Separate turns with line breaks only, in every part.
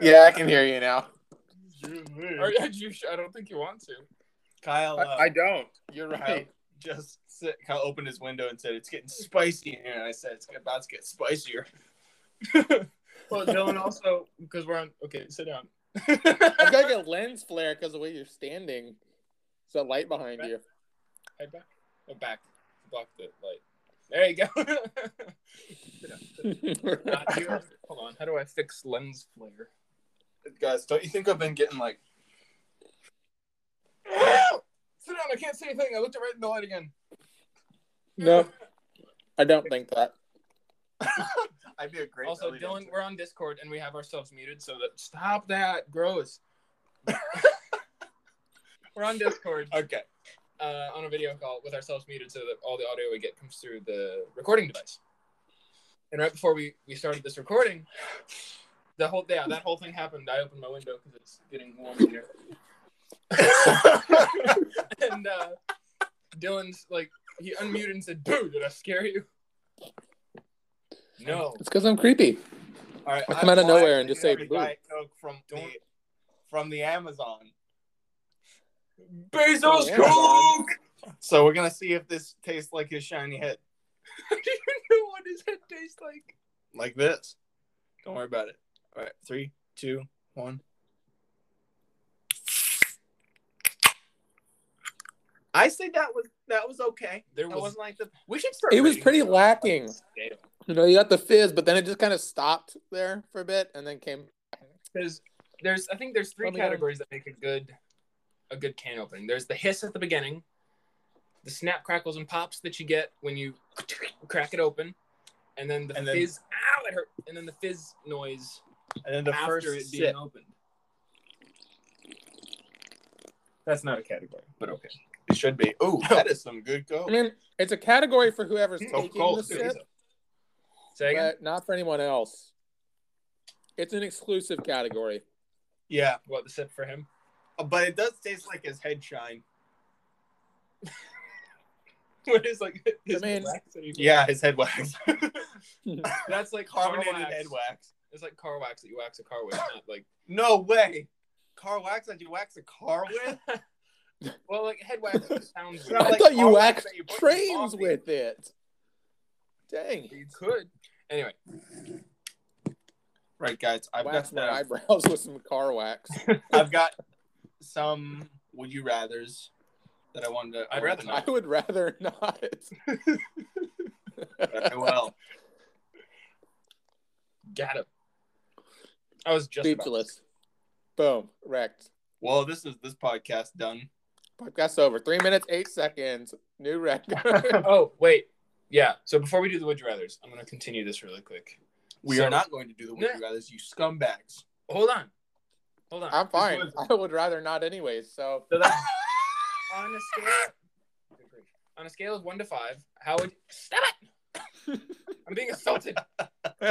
yeah, I can hear you now.
Are, are you, sh- I don't think you want to.
Kyle,
I,
uh,
I don't. You're
Kyle
right.
just sit, Kyle opened his window and said, "It's getting spicy in here." And I said, "It's about to get spicier."
Well, Dylan also because we're on. Okay, sit down.
I've got like a lens flare because the way you're standing. It's a light behind you.
Head back. Go back. Block the light. There you go. Not here. Hold on. How do I fix lens flare?
Guys, don't you think I've been getting like?
Sit down. I can't see anything. I looked it right in the light again.
no, I don't think that.
I'd be a great.
Also,
belly
Dylan,
dancer.
we're on Discord and we have ourselves muted, so that stop that. Gross. we're on Discord
Okay.
uh, on a video call with ourselves muted, so that all the audio we get comes through the recording device. And right before we we started this recording, the whole yeah that whole thing happened. I opened my window because it's getting warm in here. and uh, Dylan's like he unmuted and said, "Boo! Did I scare you?" No.
It's because I'm creepy.
All right.
I come outta
I'm
nowhere
glad
and just
I
say,
got a
"Boo."
Diet Coke from the,
Don't-
from the Amazon.
Bezos
Yeah.
Coke!
So we're gonna see if this tastes like his shiny head,
Do you know what his head tastes like?
like this. Don't worry about it. All right, three, two, one. I say that was that was okay.
There
That
was
wasn't like the. We should start.
It was
rating
pretty
these.
lacking.
Scale.
You know, you got the fizz, but then it just kind of stopped there for a bit, and then came.
because there's I think there's three
Let me go.
categories that make a good a good can opening. There's the hiss at the beginning, the snap crackles and pops that you get when you crack it open, and then the
And then-
fizz. ow, it hurt. And then the fizz noise
And then the
after
first
it being
sip.
opened.
That's not a category, but okay. It should be. Ooh, that is some good
I
Coke.
mean, it's a category for whoever's
Coke
taking the
Cola, too.
sip,
Say again?
but not for anyone else. It's an exclusive category.
Yeah,
What the sip for him?
but it does taste like his head shine.
what is like? His
mean-
wax that he-
Yeah, his head wax,
that's like
carbonated
car wax.
head wax.
It's like car wax that you wax a car with, not like.
No way. Car wax that you wax a car with?
well, like head wax sounds.
It's
weird.
not
I
like
thought you
all
waxed
that you put in
trains
coffee.
with it. Dang.
You could. Anyway,
Right, guys. I've got
Wax my
some,
eyebrows with some car wax.
I've got some would you rather's that I wanted to.
I'd rather
I
not.
would rather not.
Well,
got him. I was just about-
Speechless. Boom. Wrecked.
well, this is this podcast done.
Podcast over. Three minutes, eight seconds. New record.
Oh wait, yeah. So before we do the would you rather's, I'm gonna continue this really quick.
We
So-
are not going to do the would you rather's, you scumbags.
Hold on, hold on.
I'm
This
fine.
was-
I would rather not, anyways. So
so that's on a scale. On a scale of one to five, how would stop it? I'm being assaulted.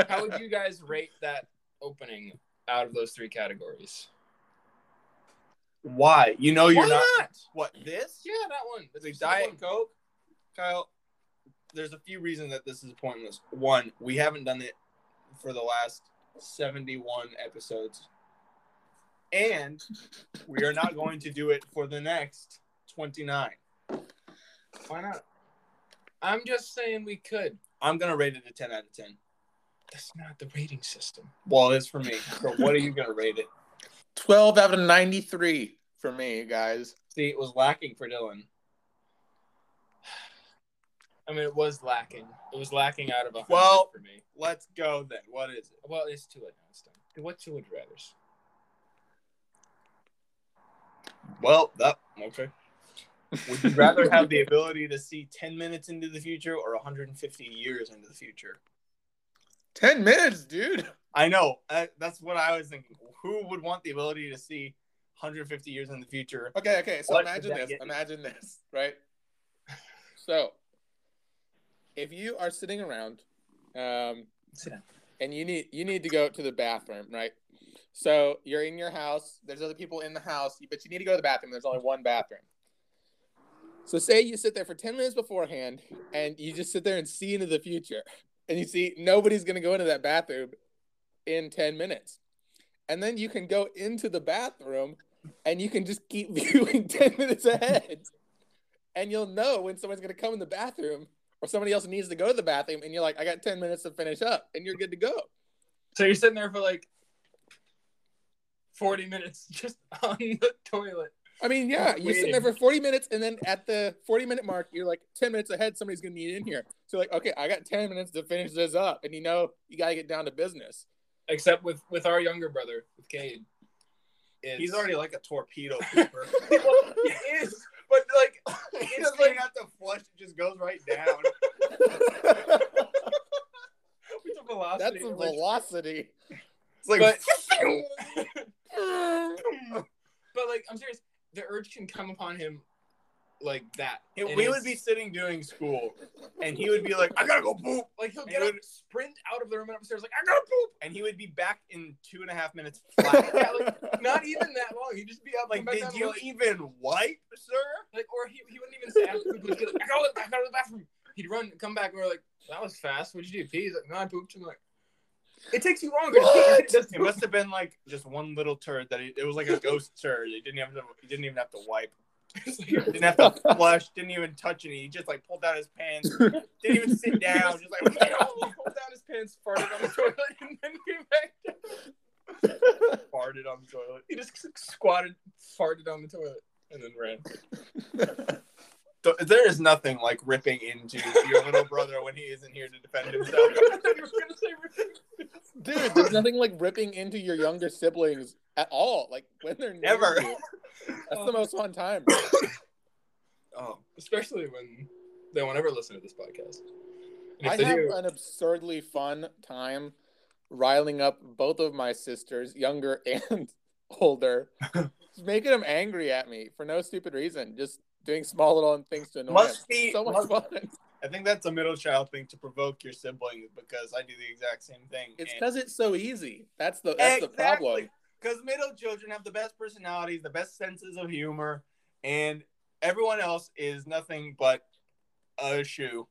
How would you guys rate that opening out of those three categories?
Why? You know Oh, you're
Why
not, What this?
Yeah, that one. That's
The
just the
diet
one.
coke, Kyle. There's a few reasons that this is pointless. One, we haven't done it for the last 71 episodes, and we are not going to do it for the next 29.
Why not? I'm just saying we could.
I'm gonna rate it a 10 out of 10.
That's not the rating system.
Well, it's for me. So what are you gonna rate it?
12 out of 93 for me, guys.
See, it was lacking for Dylan.
I mean, it was lacking. It was lacking out of a hundred
Well-
for me.
Let's go then. What is it?
Well, it's too late now. It's done. What's your would you rather's?
Well, that okay. Would you rather have the ability to see 10 minutes into the future or 150 years into the future?
10 minutes, dude.
I know. I, that's what I was thinking. Who would want the ability to see 150 years in the future?
Okay, okay. So
What did
imagine
that
this.
get you?
Imagine this, right? So, if you are sitting around, um,
Sit down.
and you need you need to go to the bathroom, right? So you're in your house. There's other people in the house, but you need to go to the bathroom. There's only one bathroom. So say you sit there for ten minutes beforehand, and you just sit there and see into the future, and you see nobody's gonna go into that bathroom, in 10 minutes. And then you can go into the bathroom and you can just keep viewing 10 minutes ahead. And you'll know when someone's going to come in the bathroom or somebody else needs to go to the bathroom. And you're like, I got 10 minutes to finish up and you're good to go.
So you're sitting there for like 40 minutes just on the toilet.
I mean, yeah, you sit there for 40 minutes, and then at the 40 minute mark, you're like 10 minutes ahead, somebody's gonna need in here. So, like, okay, I got 10 minutes to finish this up, and you know, you gotta get down to business.
Except with with our younger brother, with Cade. It's-
He's already like a torpedo pooper.
Well, it is, but like
he doesn't even have to flush; it just goes right down.
it's a velocity.
That's a
like-
velocity.
It's like
But- but like I'm serious, the urge can come upon him like that.
If
And
we
it's-
would be sitting doing school, and he would be like, "I gotta go poop,"
like he'll
and
get
he
up, sprint out of the room and upstairs, like I gotta
and he would be back in two and a half minutes flat.
That's
poop. Not even that long. He'd just be up
like,
come back
did
down and
you
like,
even wipe, sir?
like or he, he wouldn't even say after poop, he'd be like, I gotta I gotta go to the bathroom. He'd run, come back, and we're like, that was fast. What'd you do? Pee? He's like, no, I pooped. I'm like, it takes you longer.
What?
To pee. Just
It must have been like just one little turd that he, it was like a ghost turd. He didn't have to. He didn't even have to wipe. Didn't have to flush. Didn't even touch any. He just like pulled down his pants. Didn't even sit down. Just like
pulled down his pants, farted on the toilet, and then came back.
farted on the toilet.
He just squatted, farted on the toilet, and then ran.
So, there is nothing like ripping into your little brother when he isn't here to defend himself.
Dude, there's nothing like ripping into your younger siblings at all. Like when they're near
Ever.
you. That's the most fun time.
Oh,
Especially when they won't ever listen to this podcast. And if
I
they
have
uh,
do,
an absurdly fun time riling up both of my sisters, younger and older, just making them angry at me for no stupid reason, just doing small little things to annoy
must
them.
be.
So much
must-
fun.
I think that's a middle child thing to provoke your siblings because I do the exact same thing.
It's
and-
because it's so easy. That's the that's the problem.
Because middle children have the best personalities, the best senses of humor, and everyone else is nothing but a shoe.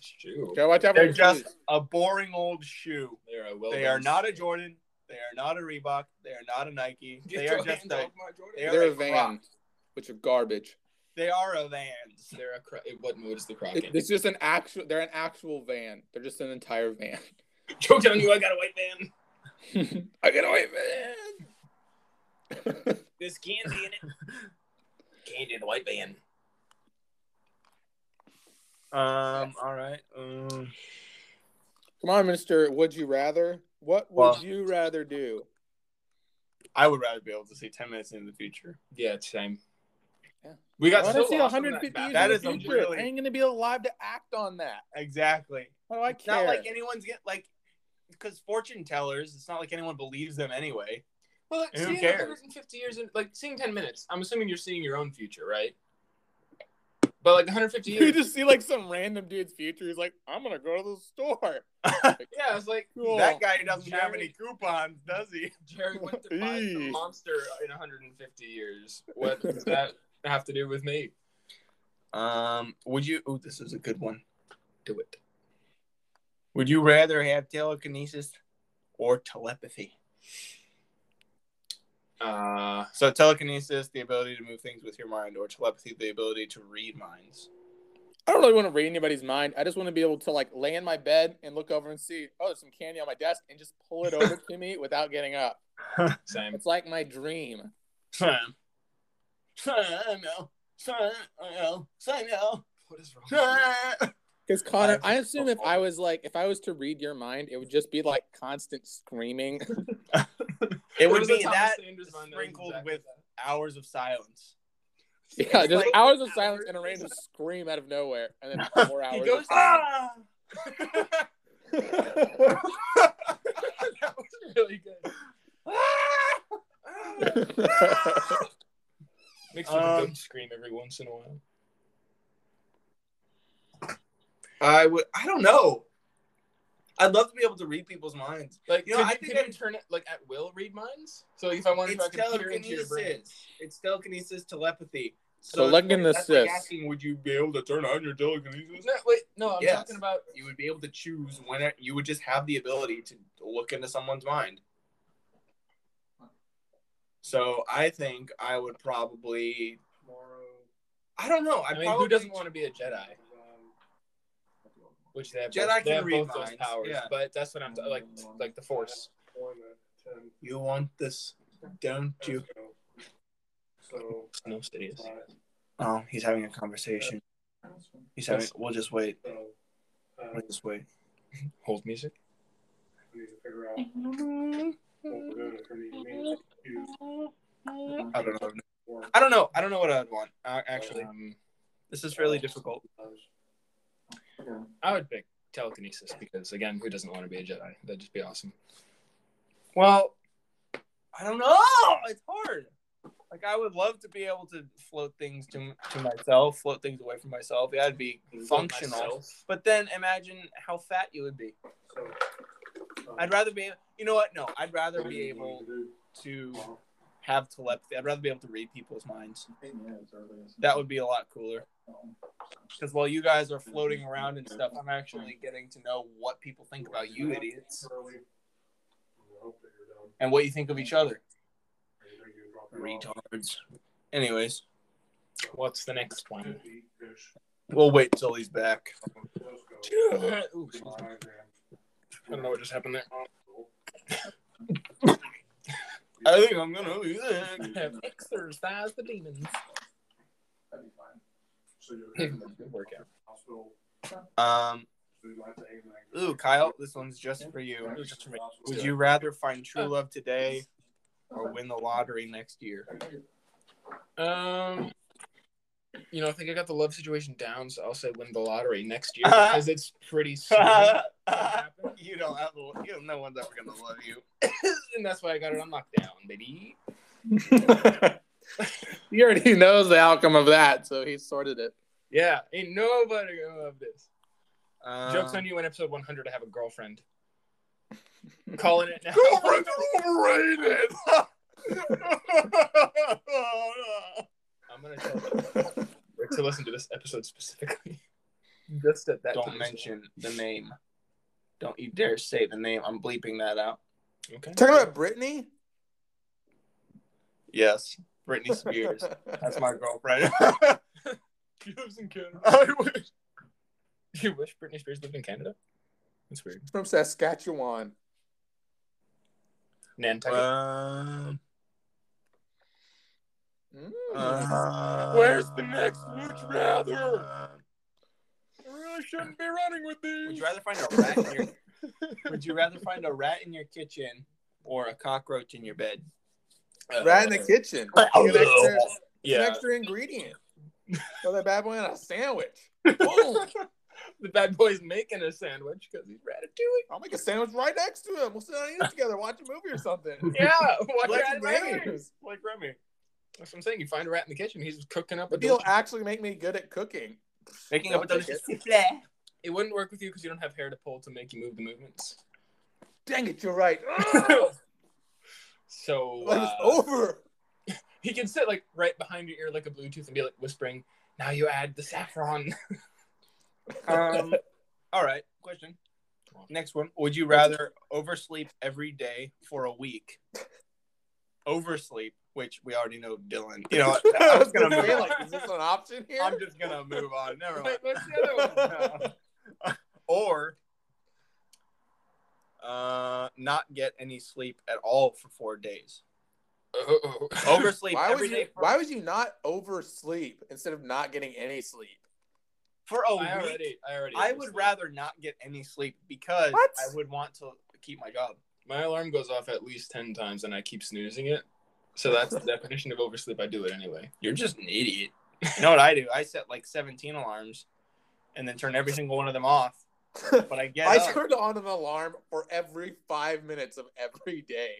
shoot,
Gotta watch out for
They're
your
just
shoes.
a boring old shoe.
they are well.
They are not a Jordan. They are not a Reebok. They are not a Nike.
Get
They
your
are just
hands
a.
off my Jordan.
they are
they're a
like
van,
Crocs.
which are garbage.
They are a Vans.
They're a. Cro- what mood is the
It-
Kraken?
it's just an actual. They're an actual van. They're just an entire van.
Joke on you. I got a white van.
I get away, man.
There's candy in it. candy in the white van.
Um. All right. Um,
Come on, Mister. Would you rather? What would
Well-
you rather do?
I would rather be able to see ten minutes into the future.
Yeah, it's same.
Yeah.
We
I
got
want
so
to see
lost in
150
that
years.
That
in
is
the
a
future.
really-
I ain't gonna be alive to act on that.
Exactly.
How do I
It's
care?
not like anyone's get like because fortune tellers. It's not like anyone believes them anyway.
Well,
Who
seeing
cares?
150 years, in, like seeing 10 minutes. I'm assuming you're seeing your own future, right? But like 150
you
years,
just see like some random dude's future. He's like, I'm gonna go to the store.
yeah, it's like
Cool.
That guy doesn't have
Jerry-
any coupons, does he?
Jerry went to buy
Eee.
some monster in 150 years. What does that have to do with me?
Um, would you? Oh, this is a good one.
Do it.
Would you rather have telekinesis or telepathy?
Uh,
So telekinesis, the ability to move things with your mind, or telepathy, the ability to read minds.
I don't really want to read anybody's mind. I just want to be able to like lay in my bed and look over and see, oh, there's some candy on my desk, and just pull it over to me without getting up.
same.
It's like my dream.
I know. I know. I know.
What is wrong? with you?
I
Because Connor,
Life
I
is
assume if
awful.
I was like, if I was to read your mind, it would just be like constant screaming.
It
What
would
does
be
Thomas
that
Sanders mind know
sprinkled
exactly
with-
that?
hours of silence.
yeah, just
like
hours of silence
hours.
and a random scream out of nowhere, and then four hours.
He
of
goes.
silence.
Ah! that was really good. "Ah!" Mixed with a
Um,
dumb scream every once in a while.
I would. I don't know. I'd love to be able to read people's minds.
Like
You know,
could
I
you,
think
could
I'm-
you turn it like at will read minds? So if I wanted
It's
to, I could peer into your brain.
telekinesis. It's telekinesis, telepathy.
So leg and
that's like
assist.
asking, would you be able to turn on your telekinesis?
No, wait, no, I'm
Yes.
talking about
You would be able to choose when it, you would just have the ability to look into someone's mind. So I think I would probably. I don't know.
I
I'd
mean,
probably
who doesn't want to be a Jedi? Which they have
Jedi
both, they
can
have
read
both those
minds,
powers,
yeah.
but that's what I'm t- like, like the Force.
You want this, don't you?
So, uh,
No, Sidious.
Oh, he's having a conversation. He's having.
Yes.
We'll just wait.
so uh,
We'll just wait.
Hold music.
we need to figure out what we're doing for me to manage to
I don't know. I don't know. I don't know what I'd want. Uh, actually,
Um,
this is fairly difficult.
Um,
I would pick telekinesis because again, who doesn't want to be a Jedi? That'd just be awesome.
Well, I don't know. It's hard. Like I would love to be able to float things to, to myself, float things away from myself. Yeah, I'd be functional.
Myself.
But then imagine how fat you would be. I'd rather be. You know what? No, I'd rather be able to have telepathy. I'd rather be able to read people's minds. That would be a lot cooler. Because while you guys are floating around and stuff, I'm actually getting to know what people think about you idiots and what you think of each other. Retards. Anyways,
What's the next one?
we'll wait till he's back.
Ooh, excuse me. I don't know what just happened there.
I think I'm gonna lose it.
Exercise the demons. Good workout.
Um. Ooh, Kyle, this one's just for you. Would you rather find true love today or win the lottery next year?
Um, you know, I think I got the love situation down, so I'll say win the lottery next year because it's pretty soon. to happen.
you don't have the, you don't, no one's ever gonna love you.
and that's why I got it on lockdown, baby.
he already knows the outcome of that, so he sorted it.
Yeah, ain't nobody gonna love this.
Um,
Jokes on you in episode 100 to have a girlfriend. Calling
Uh,
it now.
Girlfriends are overrated.
I'm gonna tell them to listen to this episode specifically. Just at that
don't
time.
mention the name. Don't you dare say the name. I'm bleeping that out.
Okay.
Talking about Brittany?
Yes, Britney Spears. That's my girlfriend.
She lives in Canada.
I wish.
You wish Britney Spears lived in Canada? That's weird.
from Saskatchewan.
Nantucket.
Um,
Mm.
uh,
Where's the next Would You Rather? I really shouldn't be running with
Would
these.
you rather find a rat in your Would you rather find a rat in your kitchen or a cockroach in your bed?
right in the kitchen. It's an extra, it's an
Uh, Yeah.
extra ingredient. Throw that bad boy in a sandwich.
the bad boy's making a sandwich because he's ratatouille.
I'll make a sandwich right next to him. We'll sit down and eat it together, watch a movie or something.
Yeah, watch
Let's
out, ratatouille.
games.
Like Remy.
That's what I'm saying. You find a rat in the kitchen, he's cooking up a
But he'll
deal.
actually make me good at cooking.
Making up a
Don't take
delicious
It wouldn't work with you because you don't have hair to pull to make you move the movements.
Dang it, you're right. Ugh,
so
Life
uh,
is over.
he can sit like right behind your ear like a Bluetooth and be like whispering, "Now you add the saffron."
Um, all right. Question. Next one. Would you rather oversleep every day for a week? Oversleep, which we already know Dylan. You
Uh,
know, what? I'm just gonna move
Really?
on.
Is this an option here?
I'm just gonna move on. Never mind.
Wait, what's the other one?
or uh not get any sleep at all for four days.
Oh,
Oversleep
why
every
would,
day
you,
for,
why would you not oversleep instead of not getting any sleep?
for a
I
week.
already, I already.
I would rather not get any sleep because
What?
I would want to keep my job.
My alarm goes off at least ten times and I keep snoozing it. So that's the definition of oversleep. I do it anyway.
You're just an idiot. You know what I do? I set like 17 alarms and then turn every single one of them off. But I get
I
up.
turned on an alarm for every five minutes of every day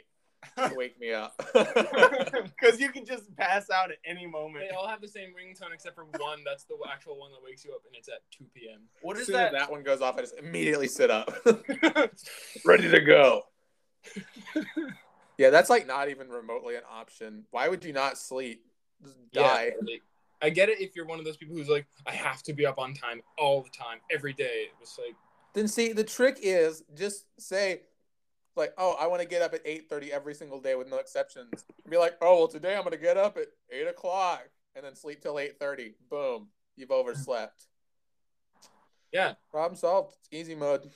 to wake me up.
because you can just pass out at any moment.
They all have the same ringtone except for one. That's the actual one that wakes you up, and it's at two p.m.
What
as
is
soon as
that?
that one goes off, I just immediately sit up, ready to go. yeah, that's like not even remotely an option. Why would you not sleep? Just die.
Yeah, I get it if you're one of those people who's like, I have to be up on time all the time, every day. It was like,
Then see, the trick is just say, like, oh, I want to get up at eight thirty every single day with no exceptions. Be like, oh, well, today I'm going to get up at eight o'clock and then sleep till eight thirty. Boom, you've overslept.
yeah,
Problem solved. It's easy mode.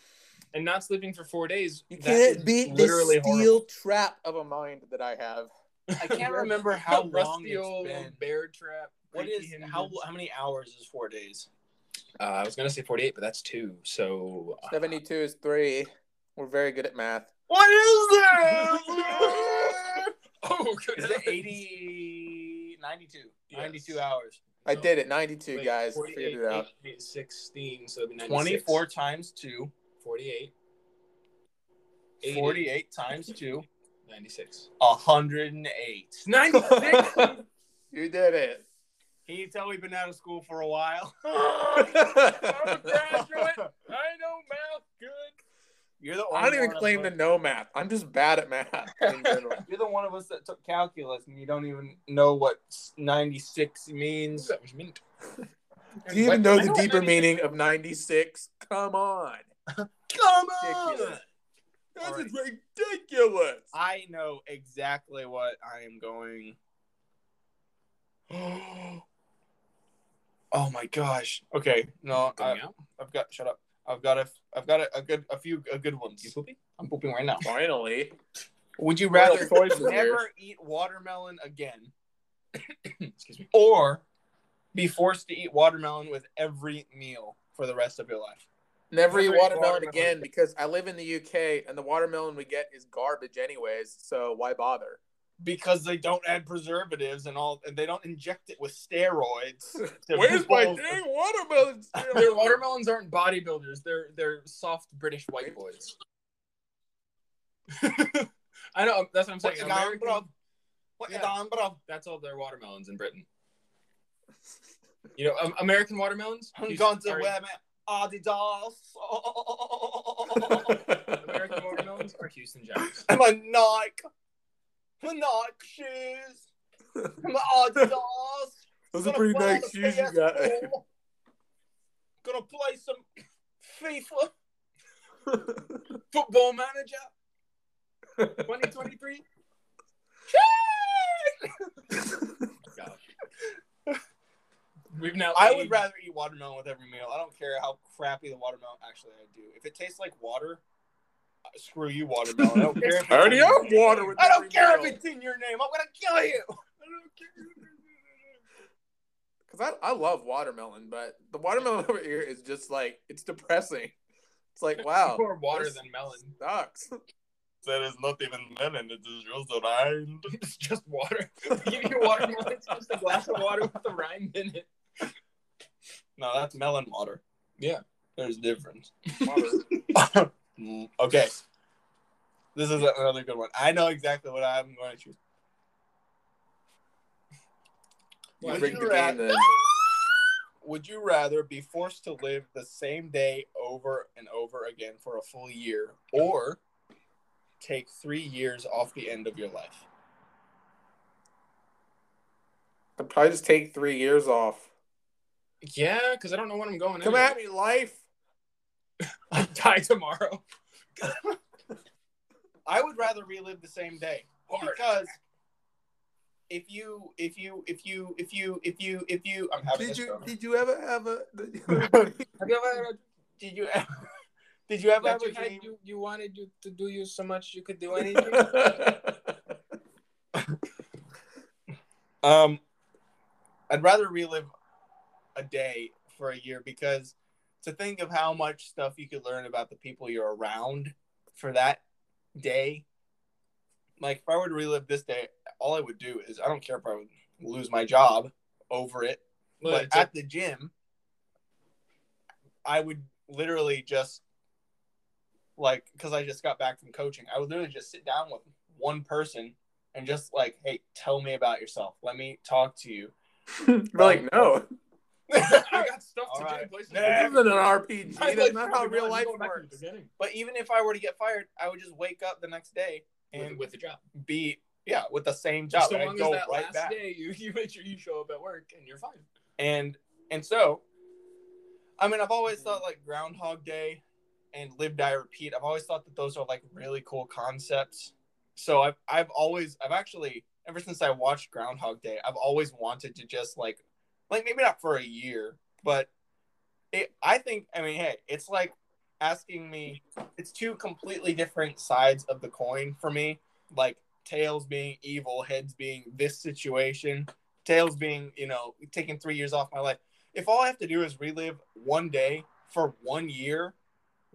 and not sleeping for four days.
You
that is
can't beat this
literally
steel
horrible.
trap of a mind that I have.
I can't remember how long
Rusty
it's
old
been.
bear trap.
What
creaky
is how
hinges.
how many hours is four days?
Uh, I was gonna say forty-eight, but that's two. So uh,
Seventy-two is three. We're very good at math.
What is
Oh, good.
is it
heavens.
80, 92,
Yes.
92 hours?
I did it. Ninety-two
Wait,
guys
48,
figured it out.
88, 16, so it'd be 96.
24 times 2,
48, 80.
48 times 2,
96.
108.
96?
you did it.
Can you tell we've been out of school for a while?
I'm a graduate. I know math good.
You're the
I don't even
one of
claim
us-
to know math. I'm just bad at math. in general.
You're the one of us that took calculus and you don't even know what 96 means.
That was mint.
Do you even know
I
the
what
deeper
96
meaning of 96? Come on.
Come
Ridiculous.
Ah,
This
Alright.
is ridiculous.
I know exactly what I am going. oh my gosh. Okay, no, I,
Coming
Uh,
out?
I've got shut up. I've got a, I've got a, a good, a few, a good
You
ones.
pooping?
I'm pooping right now.
Finally.
Would you
Well,
rather
choice is
never
yours.
eat watermelon again,
Excuse me.
or be forced to eat watermelon with every meal for the rest of your life?
Never eat
Never eat
watermelon
watermelon.
again because I live in the UK and the watermelon we get is garbage, anyways. So why bother?
Because they don't add preservatives and all, and they don't inject it with steroids. to people.
watermelon?
Their watermelons aren't bodybuilders. They're they're soft British white boys. I know. That's what I'm saying.
What you done,
American-
bro? What you
Yeah.
done, bro?
That's all their watermelons in Britain. You know, um, American watermelons.
I'm
You-
going to
sorry,
wear my Adidas.
American watermelons are Houston Jack's.
and my Nike. My Nike shoes. And my Adidas.
Those
Gonna
are pretty
play
nice
the
shoes you got.
PS4. Gonna play some FIFA
Football Manager 2023. God. We've now.
I
aged-
would rather eat watermelon with every meal. I don't care how crappy the watermelon actually I do. If it tastes like water, uh, screw you, watermelon. I don't care. If it's
I already
in your
have
name.
water with
I don't
every
care
meal.
if it's in your name. I'm gonna kill you.
Because I, I love watermelon, but the watermelon over here is just like, it's depressing. It's like, wow.
more water
this
than melon.
Sucks.
There is not even melon. It is just rind.
It's just water. Give you watermelon. It's just a glass of water with the rind in it.
No, that's melon water.
Yeah.
there's a difference.
Water.
Mm, okay, this is another good one. I know exactly what I'm going to choose.
You
Would
rigged
you
the
rather-
game then.
Would you rather be forced to live the same day over and over again for a full year or take three years off the end of your life?
I'd probably just take three years off.
Yeah, because I don't know when I'm going.
Come
anyway.
at me, life.
I die tomorrow.
I would rather relive the same day because if you, if you, if you, if you, if you, if you, I'm having
Did
this
you
moment.
did you ever have a?
Have you ever had
Did you ever, did you ever have a
you,
dream?
you, wanted you to do you so much you could do anything?
Did
Um, I'd rather relive a day for a year because to think of how much stuff you could learn about the people you're around for that day. Like, if I were to relive this day, all I would do is I don't care if I would lose my job over it, but
But
at the gym, I would literally just like because I just got back from coaching, I would literally just sit down with one person and just like, hey, tell me about yourself. Let me talk to you.
We're like, no.
I got stuff
All
to do.
right.
in Places
This isn't an RPG.
My
That's
life
not
really
how real
was
life
going back to the
works.
beginning
but even if I were to get fired, I would just wake up the next day
With,
and
with the job.
be yeah with the same job.
so
and
long as
I'd go
that
right
last
back.
day you, you make sure you show up at work and you're fine.
And and so, I mean, I've always thought like Groundhog Day and Live Die Repeat. I've always thought that those are like really cool concepts. So I've I've always I've actually ever since I watched Groundhog Day, I've always wanted to just like like maybe not for a year, but it, I think I mean hey, it's like asking me it's two completely different sides of the coin for me. Like tails being evil, heads being this situation, tails being, you know, taking 3 years off my life. If all I have to do is relive one day for one year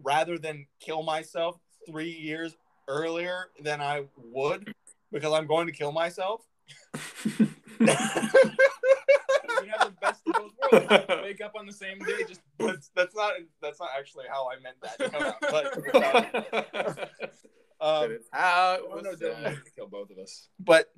rather than kill myself 3 years earlier than I would because I'm going to kill myself.
We have the best of both worlds. Wake up on the same day, just
that's, that's not that's not actually how I meant that. to come out, but, um,
How it
oh
was
no, Dylan
uh,
wants to kill both of us.
but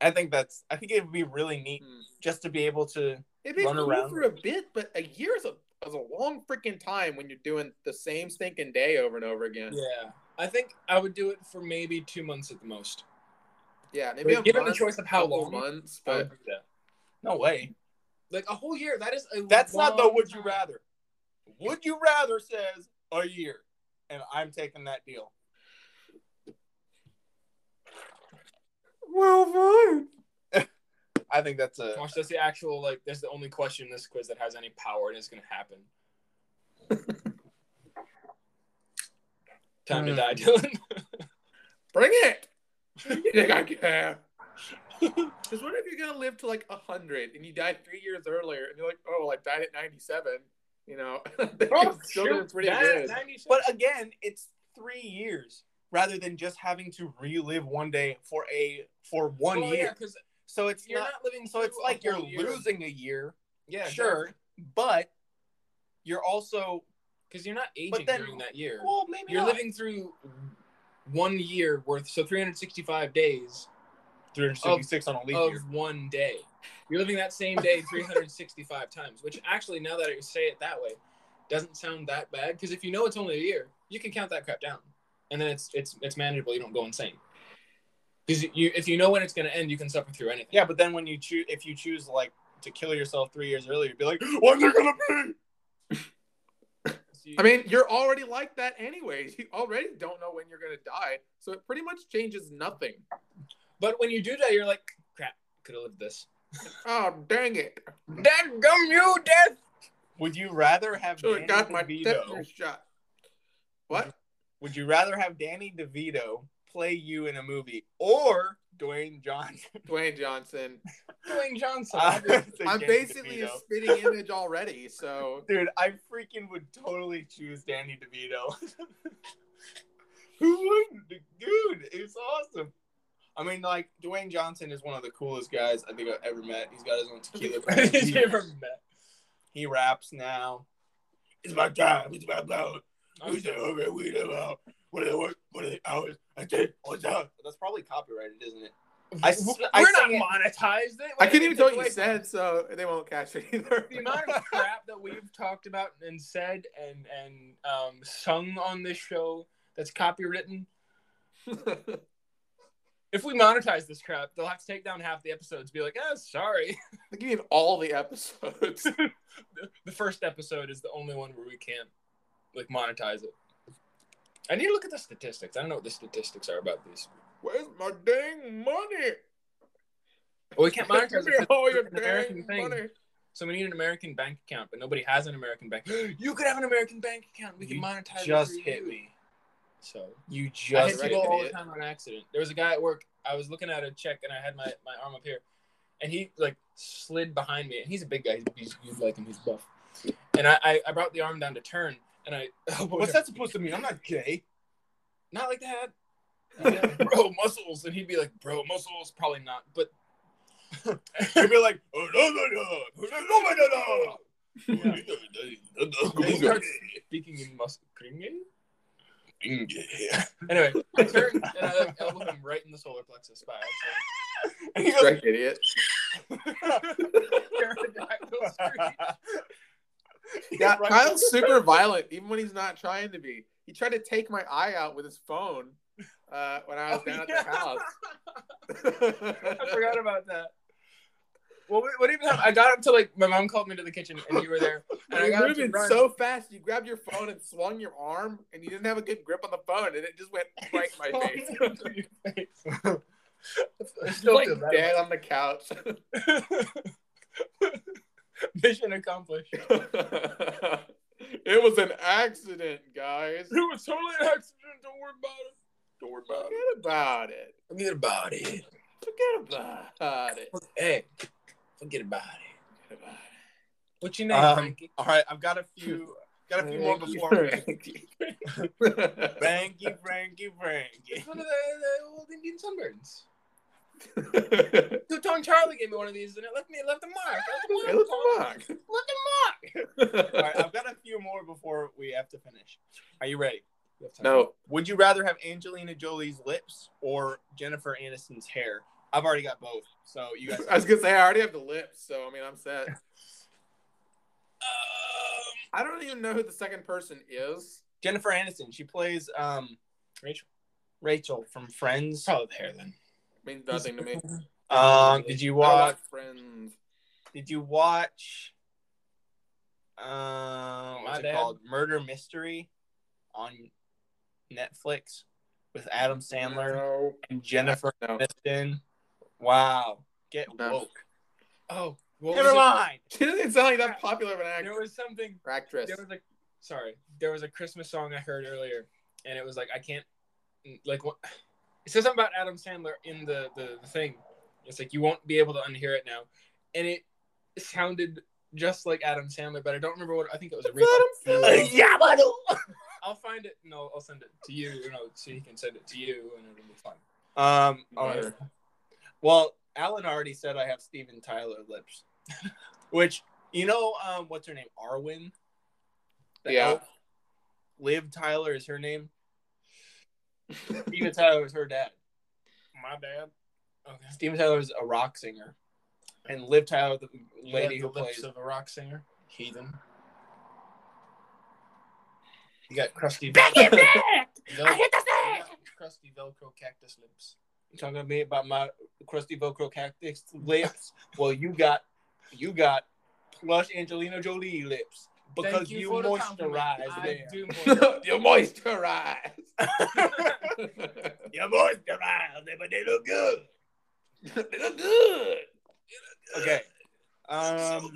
I think that's I think it would be really neat
Hmm.
just to be able to
It'd be
Run
cool
around.
for a bit, but a year is a, is a long freaking time when you're doing the same stinking day over and over again. Yeah,
Yeah, I think I would do it for maybe two months at the most.
maybe
Wait, given the
month,
choice of how
couple
long, Um,
months,
I
but
would do that.
no way.
Like a whole year. That is a
That's not the
long
would you
time.
rather. Would you rather says a year, and I'm taking that deal. Well, fine. I think that's a
Gosh, that's the actual like. That's the only question in this quiz that has any power, and it's gonna happen. Time to die, Dylan.
bring it. you think I care? Because what if you're gonna live to like hundred and you died three years earlier, and you're like, oh, well, I died at ninety-seven. You know,
Oh,
It's still doing pretty good.
But again, it's three years rather than just having to relive one day for a for one
Well,
year.
yeah, because
So it's
you're
not,
not living.
so it's
through a
like you're
whole year.
losing a year,
Yeah,
sure, but you're also
Because you're not aging
But then-
during that year.
well maybe
you're
not.
living through one year worth, so 365 days
366 on a leap
of
year.
one day. You're living that same day 365 times, which actually, now that I say it that way, doesn't sound that bad. Because if you know it's only a year, you can count that crap down, and then it's it's it's manageable. You don't go insane. Because you, if you know when it's going to end, you can suffer through anything.
Yeah, but then when you choose, if you choose like to kill yourself three years earlier, you'd be like, what's it gonna be?
So you-
I mean, you're already like that anyways. You already don't know when you're gonna die, so it pretty much changes nothing.
but when you do that, you're like, crap, could have lived this.
Oh dang it!
That gum you death.
Would you rather have
Should
Danny
have got my
DeVito?
tetanus shot. What?
Would you rather have Danny DeVito play you in a movie or Dwayne Johnson?
Dwayne Johnson.
Dwayne Johnson.
I would say
I'm
Danny
basically a
DeVito.
spitting image already, so
Dude, I freaking would totally choose Danny DeVito. Who wouldn't? Dude, it's awesome. I mean, like, Dwayne Johnson is one of the coolest guys I think I've ever met. He's got his own tequila brand.
Did you
he,
ever met?
he raps now. It's my time. It's my blood. Who's the hungry weed about? What are the work? What are the hours? I did. What's up? That's probably copyrighted, isn't it? I s-
We're
I
not
sing it-
monetized.
I couldn't even tell what
Wait,
you said, so they won't catch it either.
The amount of crap that we've talked about and said and and um, sung on this show that's copywritten. If we monetize this crap, they'll have to take down half the episodes. Be like, ah, sorry.
They give you all the episodes.
The- the first episode is the only one where we can't like monetize it. I need to look at the statistics. I don't know what the statistics are about these.
Where's my dang money?
Well, Oh, we can't
Give
monetize
me
it.
all your
It's an American
dang
thing.
money.
So we need an American bank account, but nobody has an American bank. You could have an American bank account. We
You
can monetize.
just
it for
hit
you.
me.
So
You
I hit
just
right,
people all the
idiot.
time on accident. There was a guy at work. I was looking at a check and I had my, my arm up here, and he like slid behind me. And he's a big guy. He's, he's, he's like him. He's buff. And I, I I brought the arm down to turn, and I
What's that supposed to mean? I'm not gay.
Not like that. I'd be like, bro, muscles, and he'd be like, bro, muscles. Probably not, but
You'd be like, oh, no, no, no. no, no, no, no.
Yeah. They start
Yeah.
speaking in muscle. Kringle?
Yeah.
Anyway, I turned and I like, elbowed him right in the solar plexus by accident.
Correct, idiot.
Pterodactyl screech.
Yeah,
Right.
Kyle's super violent, even when he's not trying to be. He tried to take my eye out with his phone uh, when I was
Oh,
down
yeah.
at the house.
I forgot about that. Well, what- what even happened? I got up to like my mom called me to the kitchen and you were there, and I
you were
got up to
moving
run.
so fast, you grabbed your phone and swung your arm, and you didn't have a good grip on the phone, and it just went right in my face.
I
You're
still
like
feel bad
dead on the couch.
about it. Mission accomplished. It
it was an accident, guys.
was totally an accident. Don't worry about it. Don't worry about
Forget about it.
Forget about it.
Forget about it.
Hey, forget about it.
Forget about it.
What's your name?
Um,
Frankie?
all right, I've got a few, got a few more before. Frankie, Frankie, Frankie.
It's one of the, the old Indian sunburns. Two Tone Charlie gave me one of these, and it left me it left a mark. It
It
left
was
a mark.
a
It left a mark.
All
mark.
right, I've got a few more before we have to finish. Are you ready? You have time.
no,
Would you rather have Angelina Jolie's lips or Jennifer Aniston's hair? I've already got both, so you guys.
I was gonna say I already have the lips, so I mean I'm set.
Um,
I don't even know who the second person is.
Jennifer Aniston, she plays um,
Rachel. Oh,
Rachel from Friends.
Probably the hair then.
Means nothing to me.
uh,
Um, did
oh,
you
I don't
watch?
like Friends.
Did you watch? Um,
My
what's it
Dad?
called? Murder Mystery on Netflix with Adam Sandler
No.
and Jennifer
No.
Aniston. Wow, get
No.
woke.
Oh, what
Never
was it?
mind.
She doesn't sound like that popular of an
There
actor.
was something.
or actress.
There was a. Sorry, there was a Christmas song I heard earlier, and it was like I can't. Like what? It says something about Adam Sandler in the the, the thing. It's like you won't be able to unhear it now, and it sounded just like Adam Sandler, but I don't remember what. I think it was a remix. I'll find it and I'll, I'll send it to you, you know, so you can send it to you, and it'll be fun.
Um. all right.
Murder.
Well, Alan already said I have Steven Tyler lips, which you know, um, what's her name? Arwen. The
Yeah.
elf? Liv Tyler is her name. Steven Tyler is her dad.
My dad. Okay.
Steven Tyler is a rock singer, and Liv Tyler, the
Lady
lady who
lips
plays,
of a rock singer. Heathen.
you got crusty. Vel- you got
crusty Velcro cactus lips.
talking to me about my crusty Velcro cactus lips. well, you got, you got plush Angelina Jolie lips because you, moisturize them.
do
you moisturize.
Your boys around, but they look good.
they look good.
Okay. Um,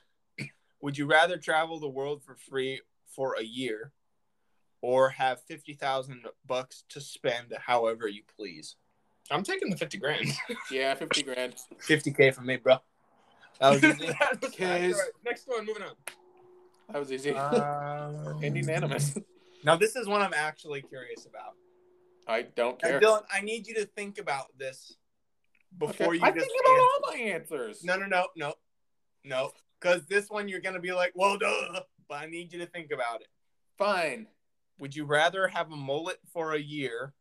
would you rather travel the world for free for a year, or have fifty thousand bucks to spend however you please?
I'm taking the fifty grand.
Yeah, fifty grand.
Fifty k for me, bro. That was easy.
That was-
Kiss.
Alright, Next one, moving on.
That was easy.
Uh,
and
Um,
unanimous.
now this is one I'm actually curious about.
I don't
Now,
care.
Dylan, I need you to think about this before
Okay.
you.
I
just
think about
answer.
all my answers.
No, no, no, no, no. Because this one you're gonna be like, well, duh. But I need you to think about it.
Fine.
Would you rather have a mullet for a year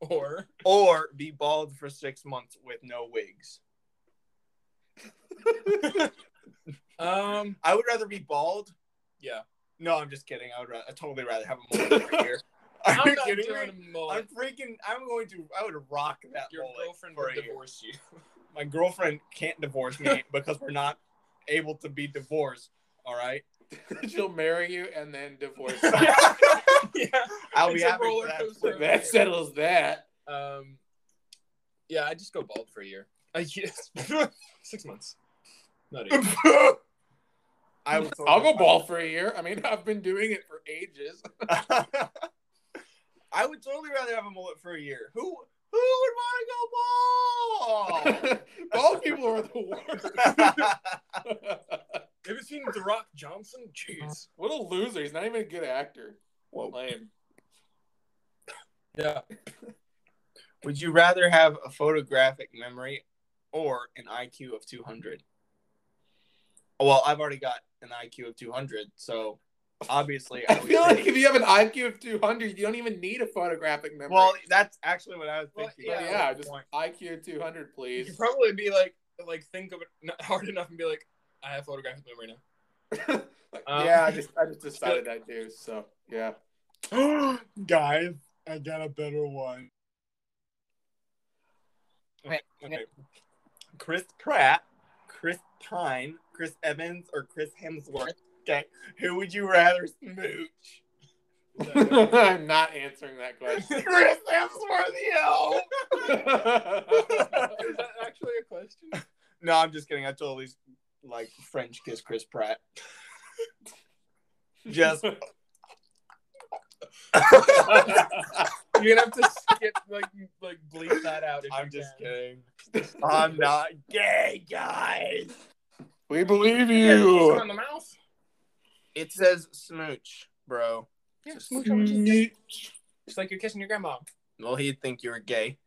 Or
or be bald for six months with no wigs?
um
I would rather be bald.
yeah.
No, I'm just kidding. I would rather, I totally rather have a mullet for a year. Are
I'm
you
not
kidding
doing
me?
a mullet.
I'm freaking. I'm going to. I would rock that
Your
mullet
girlfriend
for
will
a year.
divorce you.
My girlfriend can't divorce me because we're not able to be divorced. All right.
She'll marry you and then divorce you.
yeah.
I'll
It's
be
a
happy.
roller
for that.
coaster.
that settles that.
Um Yeah, I just go bald for a year. I yes. Six months. Not a year.
I would
I'll go ball for a year. I mean, I've been doing it for ages.
I would totally rather have a mullet for a year. Who who would want to go
Bald people are the
bald?
worst.
Have you seen The Rock Johnson? Jeez.
what a loser. He's not even a good actor.
Whoa.
Lame.
Yeah.
would you rather have a photographic memory or an IQ of 200? Well, I've already got an IQ of 200, so obviously
I
would
feel like
say-
if you have an IQ of 200, you don't even need a photographic memory.
well, that's actually what I was
Well,
thinking.
yeah,
yeah,
yeah
Good
just
point.
IQ
You
200, please.
could probably be like like think of it not hard enough and be like, I have photographic memory now. Um,
yeah, I just I just decided that too. So yeah,
Guys, I got a better one. Okay. okay. Chris Pratt, Chris Pine, Chris Evans, or Chris Hemsworth. Okay, who would you rather smooch?
I'm not answering that question.
Chris Hemsworth, yo.
Is that actually a question?
no, I'm just kidding. I totally like French kiss Chris Pratt. just
You're gonna have to skip like like bleep that out. if
I'm
you
just
can.
kidding. I'm not gay, guys.
we believe
Kiss
you.
on the mouth.
It says smooch, bro.
Yeah,
Just
smooch on the cheek. It's like you're kissing your grandma.
Well, he'd think you were gay.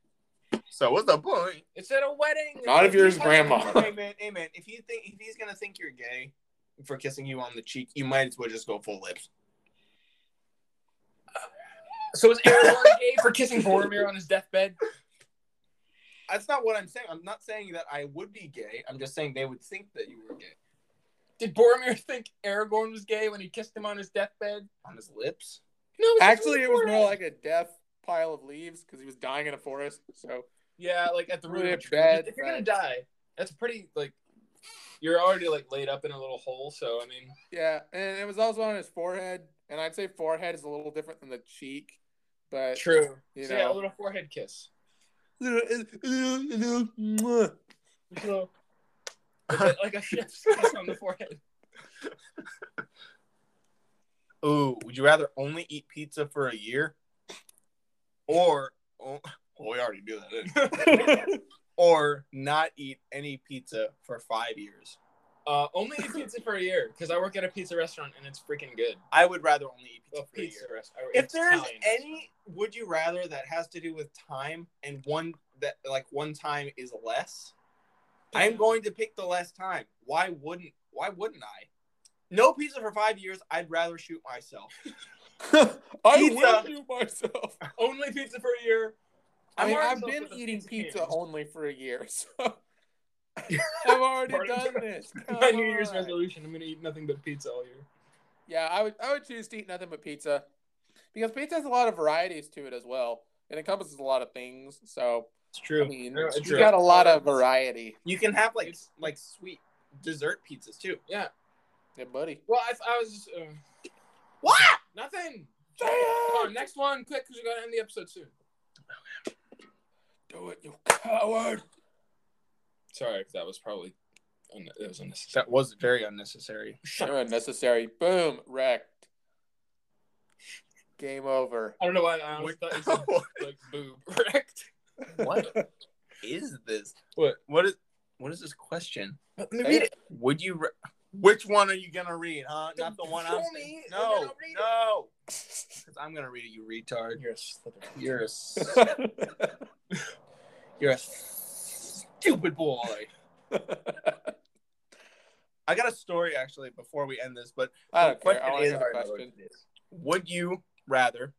So what's the point?
It's at a wedding.
Not if you're his
It's
grandma.
Hey man, hey man, if you think if he's gonna think you're gay for kissing you on the cheek, you might as well just go full lips.
So is Aragorn gay for kissing Boromir on his deathbed?
That's not what I'm saying. I'm not saying that I would be gay. I'm just saying they would think that you were gay
Did Boromir think Aragorn was gay when he kissed him on his deathbed?
on his lips.
No, it was just
Actually,
on
it was
forehead.
more like a death pile of leaves because he was dying in a forest. So
yeah, like at the root of
Really
a tree.
bad
if you're gonna
vibes.
die, that's pretty like you're already like laid up in a little hole. So I mean,
yeah, and it was also on his forehead. And I'd say forehead is a little different than the cheek, but
true.
you
so, yeah, a
know.
little forehead kiss.
That's
Just a little- like a- like a chef's kiss on the forehead.
Ooh, would you rather only eat pizza for a year, or oh, well, we already do that, didn't we? or not eat any pizza for five years?
Uh, only eat pizza for a year because I work at a pizza restaurant and it's freaking good.
I would rather only eat pizza
Well,
for a
pizza
year.
restaurant.
If there is any would you rather that has to do with time and one that like one time is less, I'm going to pick the less time. Why wouldn't why wouldn't I? No pizza for five years. I'd rather shoot myself.
I
Pizza.
will do myself.
only pizza for a year.
I mean,
I'm
I've
already
been
with a
eating
pizza can.
pizza only for a year, so I've already
Already done
done this.
My New Year's
Come on.
resolution: I'm gonna eat nothing but pizza all year.
Yeah, I would I would choose to eat nothing but pizza. Because pizza has a lot of varieties to it as well. It encompasses a lot of things. So
It's
I
true.
mean
Yeah,
you
true.
got a lot of variety.
You can have like
It's-
like sweet dessert pizzas too.
Yeah, buddy.
Well, I, I was just, uh,
What?
nothing. Come on, next one, quick, because we're gonna end the episode soon.
Do it, you coward.
Sorry, that was probably un- that was unnecessary.
That was very unnecessary.
Unnecessary. Boom. Wrecked. Game over.
I don't know why I honestly thought you said like boob wrecked.
what is this?
What?
What is what is this question?
Let me
read
it.
Would you? Re- Which one are you gonna read? Huh? Not the
Don't
one
show
I'm.
me, and then
no,
I'll read it.
no. Because I'm gonna read it. You retard.
You're a slither.
You're a s- you're a stupid boy. I got a story actually before we end this, but
I don't care. I
Question
want to hear the
is-
question.
would you rather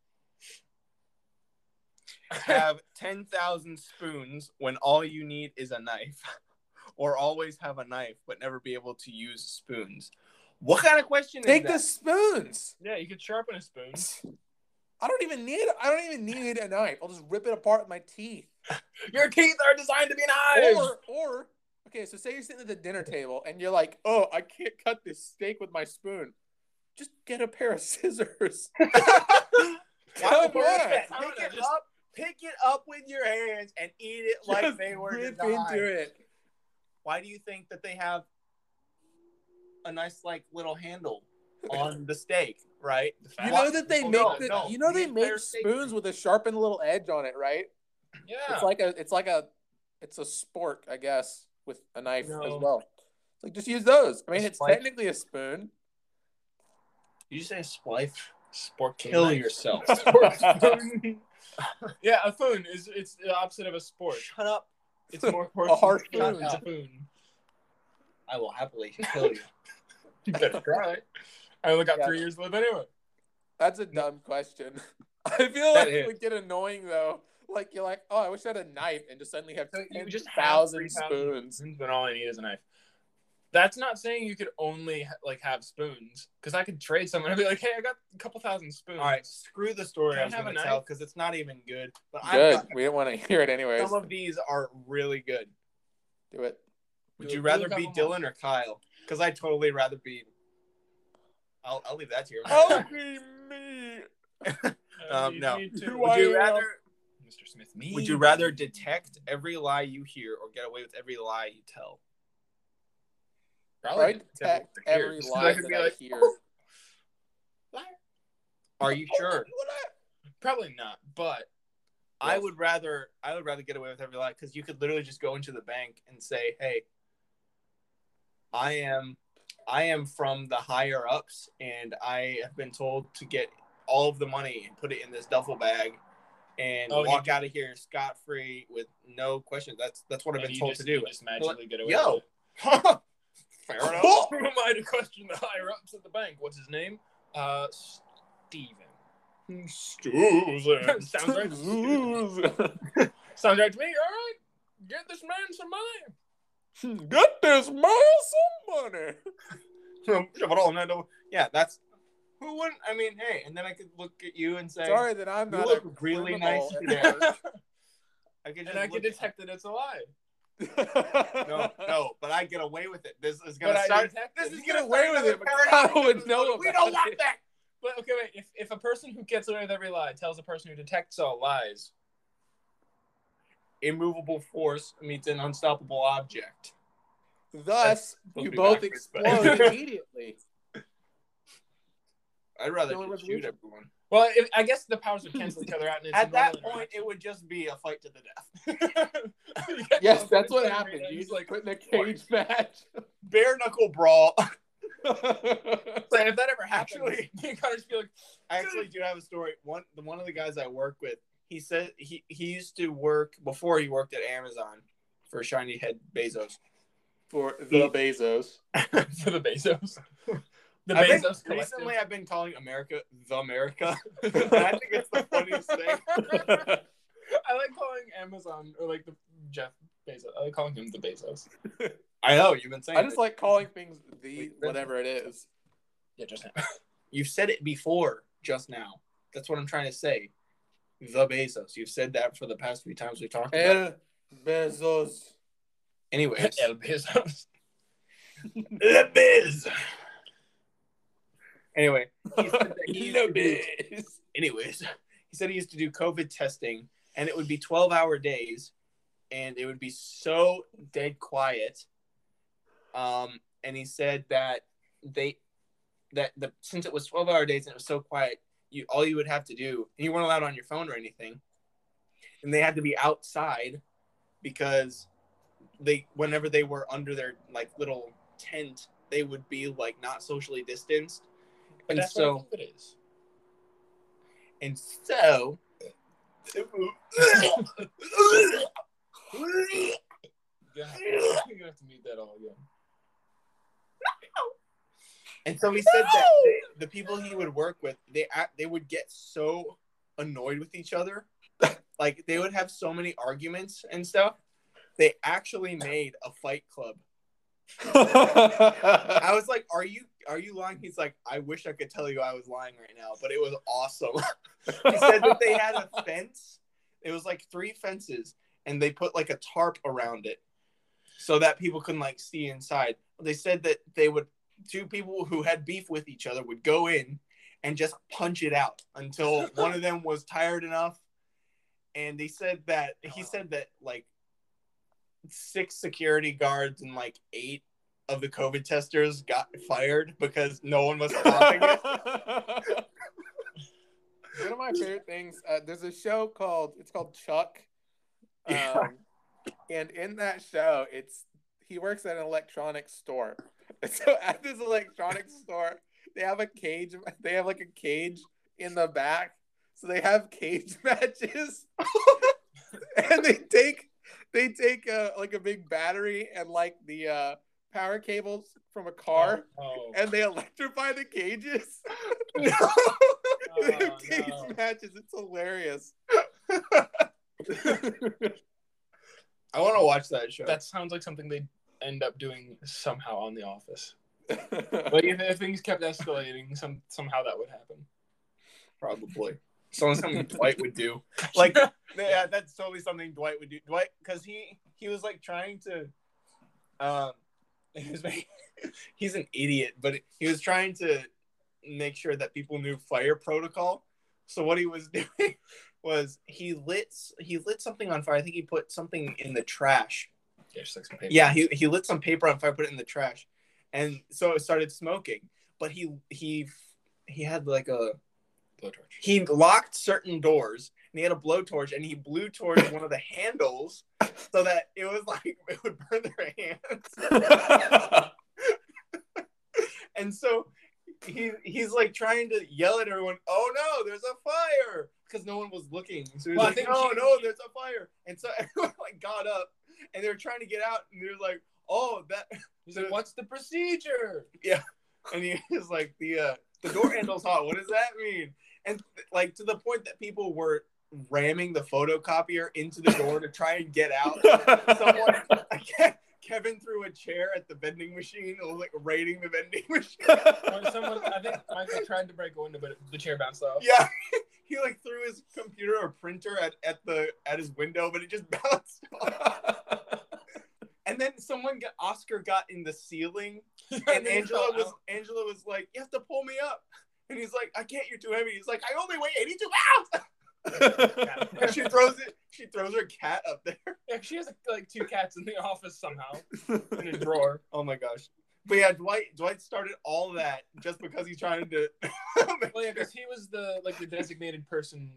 have ten thousand spoons when all you need is a knife, or always have a knife but never be able to use spoons? What kind of question
Take
is that?
the spoons.
Yeah, you could sharpen a spoon.
I don't even need I don't even need a knife. I'll just rip it apart with my teeth.
Your teeth are designed to be knives.
Or or okay, so say you're sitting at the dinner table and you're like, oh, I can't cut this steak with my spoon. Just get a pair of scissors.
Why
Come
would you do that?
on.
I would've
Pick it
just-
up, pick it up with your hands and eat it like
Just
they were
Rip
designed.
into it.
Why do you think that they have a nice like little handle on the steak, right?
You
Why-
know that they
Oh,
make
no,
the,
no.
you know
The
they make
entire steak-
spoons with a sharpened little edge on it, right?
Yeah.
It's like a it's like a it's a spork, I guess, with a knife
No.
as well. Like just use those. I mean,
A
it's
splice.
technically a spoon.
Did you say a splice?
Sport
Kill yourself.
yeah, a foon is it's the opposite of a sport.
Shut up.
It's more
A hard
Shut
foon.
up. foon.
I will happily kill you.
You better try. I only got
Yeah.
three years to live anyway.
That's a dumb question. I feel
That
like it
is.
would get annoying though. Like you're like, oh, I wish I had a knife, and just suddenly have
So you
ten
just have
thousand
3,000.
spoons.
Spoons when all I need is a knife. That's not saying you could only ha- like have spoons, because I could trade someone. I'd be like, hey, I got a couple thousand spoons.
All right, screw the story
Can I
I was
have
going
a
to
knife?
tell because it's
Mm-hmm.
not even good. But I've
Good.
got-
We didn't want to hear it anyways.
some of these are really good.
Do it.
Would
Do
you
a
rather
blue
be
couple
Dylan or Kyle? Because I totally rather be. I'll, I'll leave that to you.
Oh,
be me.
Uh,
Um, no.
Who
Would you rather?
Mr. Smith, me.
Would you rather detect every lie you hear or get away with every lie you tell?
I
Probably
detect every
So I
lie
could
that
be
I
like, "Oh,
hear.
Are you sure?
Probably not, but
I would rather I would rather get away with every lie because you could literally just go into the bank and say, "Hey, I am I am from the higher ups, and I have been told to get all of the money and put it in this duffel bag." And
Oh, and
walk out of here scot free with no questions. That's that's what I've
and
been
you
told
just-
to
you
do.
Just magically get away.
Yo.
with it.
Fair enough.
Who am I to question the higher ups at the bank? What's his name? Uh, Steven. Sounds right. Steven. Sounds right to me. All right, get this man some money.
Get this man some money.
yeah, that's who wouldn't. I mean, hey, and then I could look at you and say,
Sorry that I'm
"You
not.
look
a
really
criminal
nice
and
today." I could
and I can
look-
detect that it's a lie.
No, no, but I get away with it. This is gonna
But I
start.
detect
This
it.
is
You get
gonna
away
start
with it,
another
but
paradigm
I would
shift.
know
We
about
don't want
it.
that.
But okay, wait. If, if a person who gets away with every lie tells a person who detects all lies,
Immovable force meets an unstoppable object.
Thus,
supposed
you
to be
both
backwards,
explode
but-
immediately.
I'd rather
No, it
just
was
shoot
weird.
everyone.
well, if, I guess the powers would cancel each other out. And it's
At that
normal
point, it would just be a fight to the death.
interaction.
Yes, that's what happened. You
He's
just
like,
like put in a cage match.
Bare knuckle brawl.
Like, if that ever happens,
Actually-
me and Connor just be like,
I actually do have a story. One, the one of the guys I work with, he said he he used to work before he worked at Amazon for Shiny Head Bezos.
For
the
Bezos.
for the Bezos. The
I think
Bezos
recently,
collective.
I've been calling America the America. I think it's the funniest thing.
I like calling Amazon or like the Jeff Bezos. I like calling him the Bezos.
I know you've been saying.
I just
it.
like calling things the whatever it is.
Yeah, just him.
You've said it before just now. That's what I'm trying to say. The Bezos. You've said that for the past few times we talked about. it.
El Bezos.
Anyways,
El Bezos.
the Biz. Anyway, he said that he used to do-
Biz.
anyways, he said he used to do COVID testing, and it would be 12 hour days, and it would be so dead quiet. Um, and he said that they that the since it was 12 hour days and it was so quiet, you all you would have to do, and you weren't allowed on your phone or anything, and they had to be outside because they whenever they were under their like little tent, they would be like not socially distanced.
But
And
that's
so-
what it is.
And so,
You're gonna have to- you're gonna have to mute that all again.
and so he said that they- the people he would work with, they act- they would get so annoyed with each other, like they would have so many arguments and stuff. They actually made a fight club. I was like, "Are you are you lying?" He's like, "I wish I could tell you I was lying right now, but it was awesome." he said that they had a fence. It was like three fences, and they put like a tarp around it so that people couldn't like see inside. They said that they would two people who had beef with each other would go in and just punch it out until one of them was tired enough. And they said that he said that like six security guards and like eight of the COVID testers got fired because no one was stopping it.
One of my favorite things. Uh, there's a show called it's called Chuck, um,
Yeah.
and in that show, it's he works at an electronics store. And so at this electronics store, they have a cage. They have like a cage in the back, so they have cage matches, and they take they take uh, like a big battery and like the uh, power cables from a car
Oh,
and they electrify the cages.
oh,
They have cage
no.
matches. It's hilarious.
I want to watch that show.
That sounds like something they end up doing somehow on The Office. Like if, if things kept escalating, some somehow that would happen.
Probably. Someing something Dwight would do. Like, yeah, that's totally something Dwight would do. Dwight, because he he was like trying to Um, he was making- he's an idiot, but he was trying to make sure that people knew fire protocol. So what he was doing was he lit he lit something on fire. I think he put something in the trash.
Yeah, just like some paper.
Yeah, he, he lit some paper on fire, put it in the trash, and so it started smoking. But he he he had like a
Blowtorch.
he locked certain doors and he had a blowtorch and he blew towards one of the handles so that it was like it would burn their hands. and so he he's like trying to yell at everyone, "Oh no, there's a fire!" Because no one was looking. So he was
Well, I
like,
think
"Oh
he-
no, there's a fire!" And so everyone like got up and they were trying to get out and they were like, "Oh that,"
He's like, what's the procedure?
and he was like, "The uh, the door handle's hot. What does that mean?" And like to the point that people were ramming the photocopier into the door to try and get out someone Ke- Kevin threw a chair at the vending machine and was like raiding the vending machine.
Or someone, I think Michael tried to break a window, but the chair bounced off.
yeah. He like threw his computer or printer at, at the at his window, but it just bounced off. and then someone got Oscar got in the ceiling and
then he
Angela
fell
was
out.
Angela was like, You have to pull me up. And he's like, I can't, you're too heavy. He's like, I only weigh 82 pounds. And she throws it, she throws her cat up there.
Yeah, she has like two cats in the office somehow in a drawer.
Oh my gosh. But yeah, Dwight Dwight started all that just because he's trying to
Well, yeah, because he was the like the designated person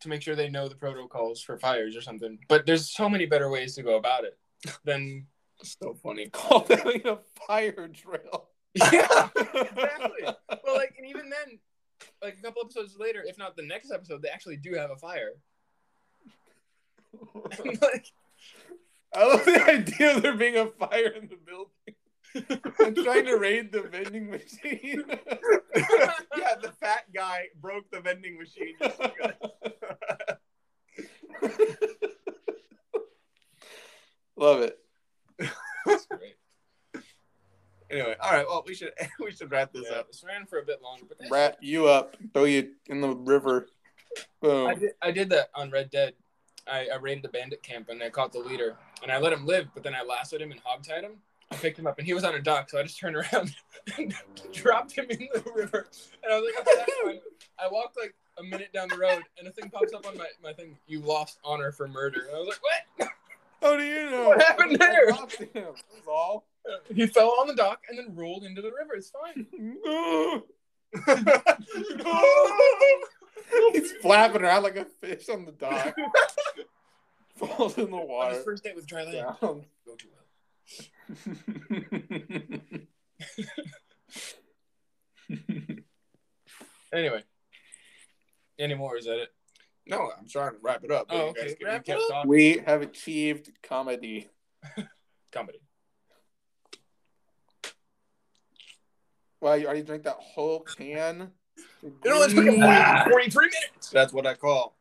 to make sure they know the protocols for fires or something. But there's so many better ways to go about it than
so funny.
Call that like a fire drill.
yeah, exactly. Well, like and even then, like a couple episodes later, if not the next episode, they actually do have a fire. like,
I love the idea of there being a fire in the building. I'm trying to raid the vending machine.
yeah, the fat guy broke the vending machine.
love it.
that's great.
anyway, all right. Well, we should we should wrap this
Yeah,
up.
this ran for a bit longer, but that's-
Wrap you up, throw you in the river.
I
Boom.
did, I did that on Red Dead. I, I raided the bandit camp and I caught the leader and I let him live, but then I lassoed him and hogtied him. I picked him up and he was on a dock, so I just turned around and dropped him in the river. And I was like, okay, that's fine. I walked like a minute down the road and a thing pops up on my, my thing, you lost honor for murder. And I was like, what?
How do you know?
What happened there?
That's all.
He fell on the dock and then rolled into the river. It's fine.
He's flapping around like a fish on the dock. Falls in the
On his
water.
first date with dry land.
Down.
Go too well. Anyway. Any more? Is that it?
No, I'm trying to wrap it up.
Oh,
You guys
okay.
can- you
Wrap it
kept
up.
talking.
we have achieved comedy.
Comedy.
Wow, you already drank that whole can?
It only took him
Ah.
Wow.
43 minutes.
That's what I call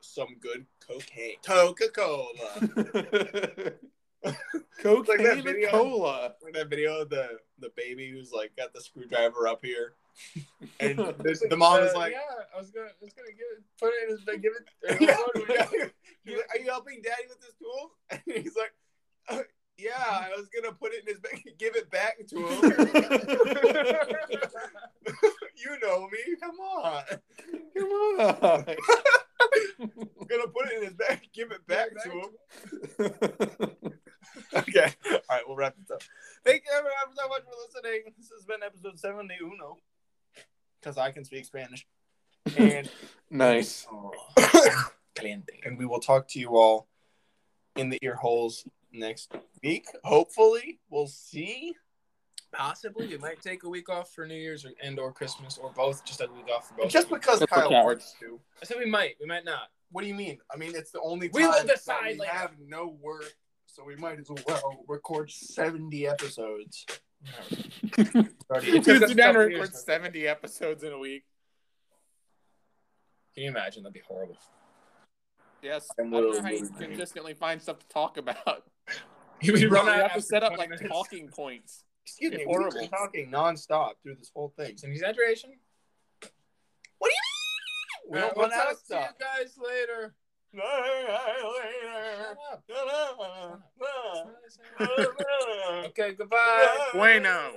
some good cocaine. Coca Cola.
Cocaine
that
and
video.
cola.
that video of the the baby who's like got the screwdriver up here, and the mom is
Uh,
like,
yeah, I was gonna, I was gonna give it, put it in his, like, give it. or
Yeah.
what do we
Yeah.
do?
He's like, Are you helping daddy with this tool? And he's like, "Uh, Yeah, I was gonna put it in his bag, give it back to him. you know me, come on.
Come on.
I'm gonna put it in his bag, give it back to him. Okay, all right, we'll wrap this up. Thank you everyone so much for listening. This has been episode 71 because I can speak Spanish. And,
nice.
Oh,
Caliente.
and we will talk to you all in the ear holes next week. Hopefully, we'll see.
Possibly, we might take a week off for New Year's or, and or Christmas or both. Just a week off for both.
Just because
Except for
Kyle
cowards.
wants to.
I said we might, we might not.
What do you mean? I mean, it's the only
We
time
will decide
that we
later.
have no work, so we might as well record 70 episodes.
You
Already-
sit
Can
down and record 70 episodes in a week.
you imagine? That'd be horrible.
Yes. I
I'm
don't know
literally
how you
moving.
consistently find stuff to talk about.
You would
You
run out
have to
after
set up
20
like
minutes.
talking points.
Excuse me,
Horrible.
we've been talking nonstop through this whole thing.
It's an exaggeration.
We
All
don't
right,
want
we'll
out
talk
of stuff.
to you guys later.
Shut up. Shut up. okay, goodbye.
Bueno.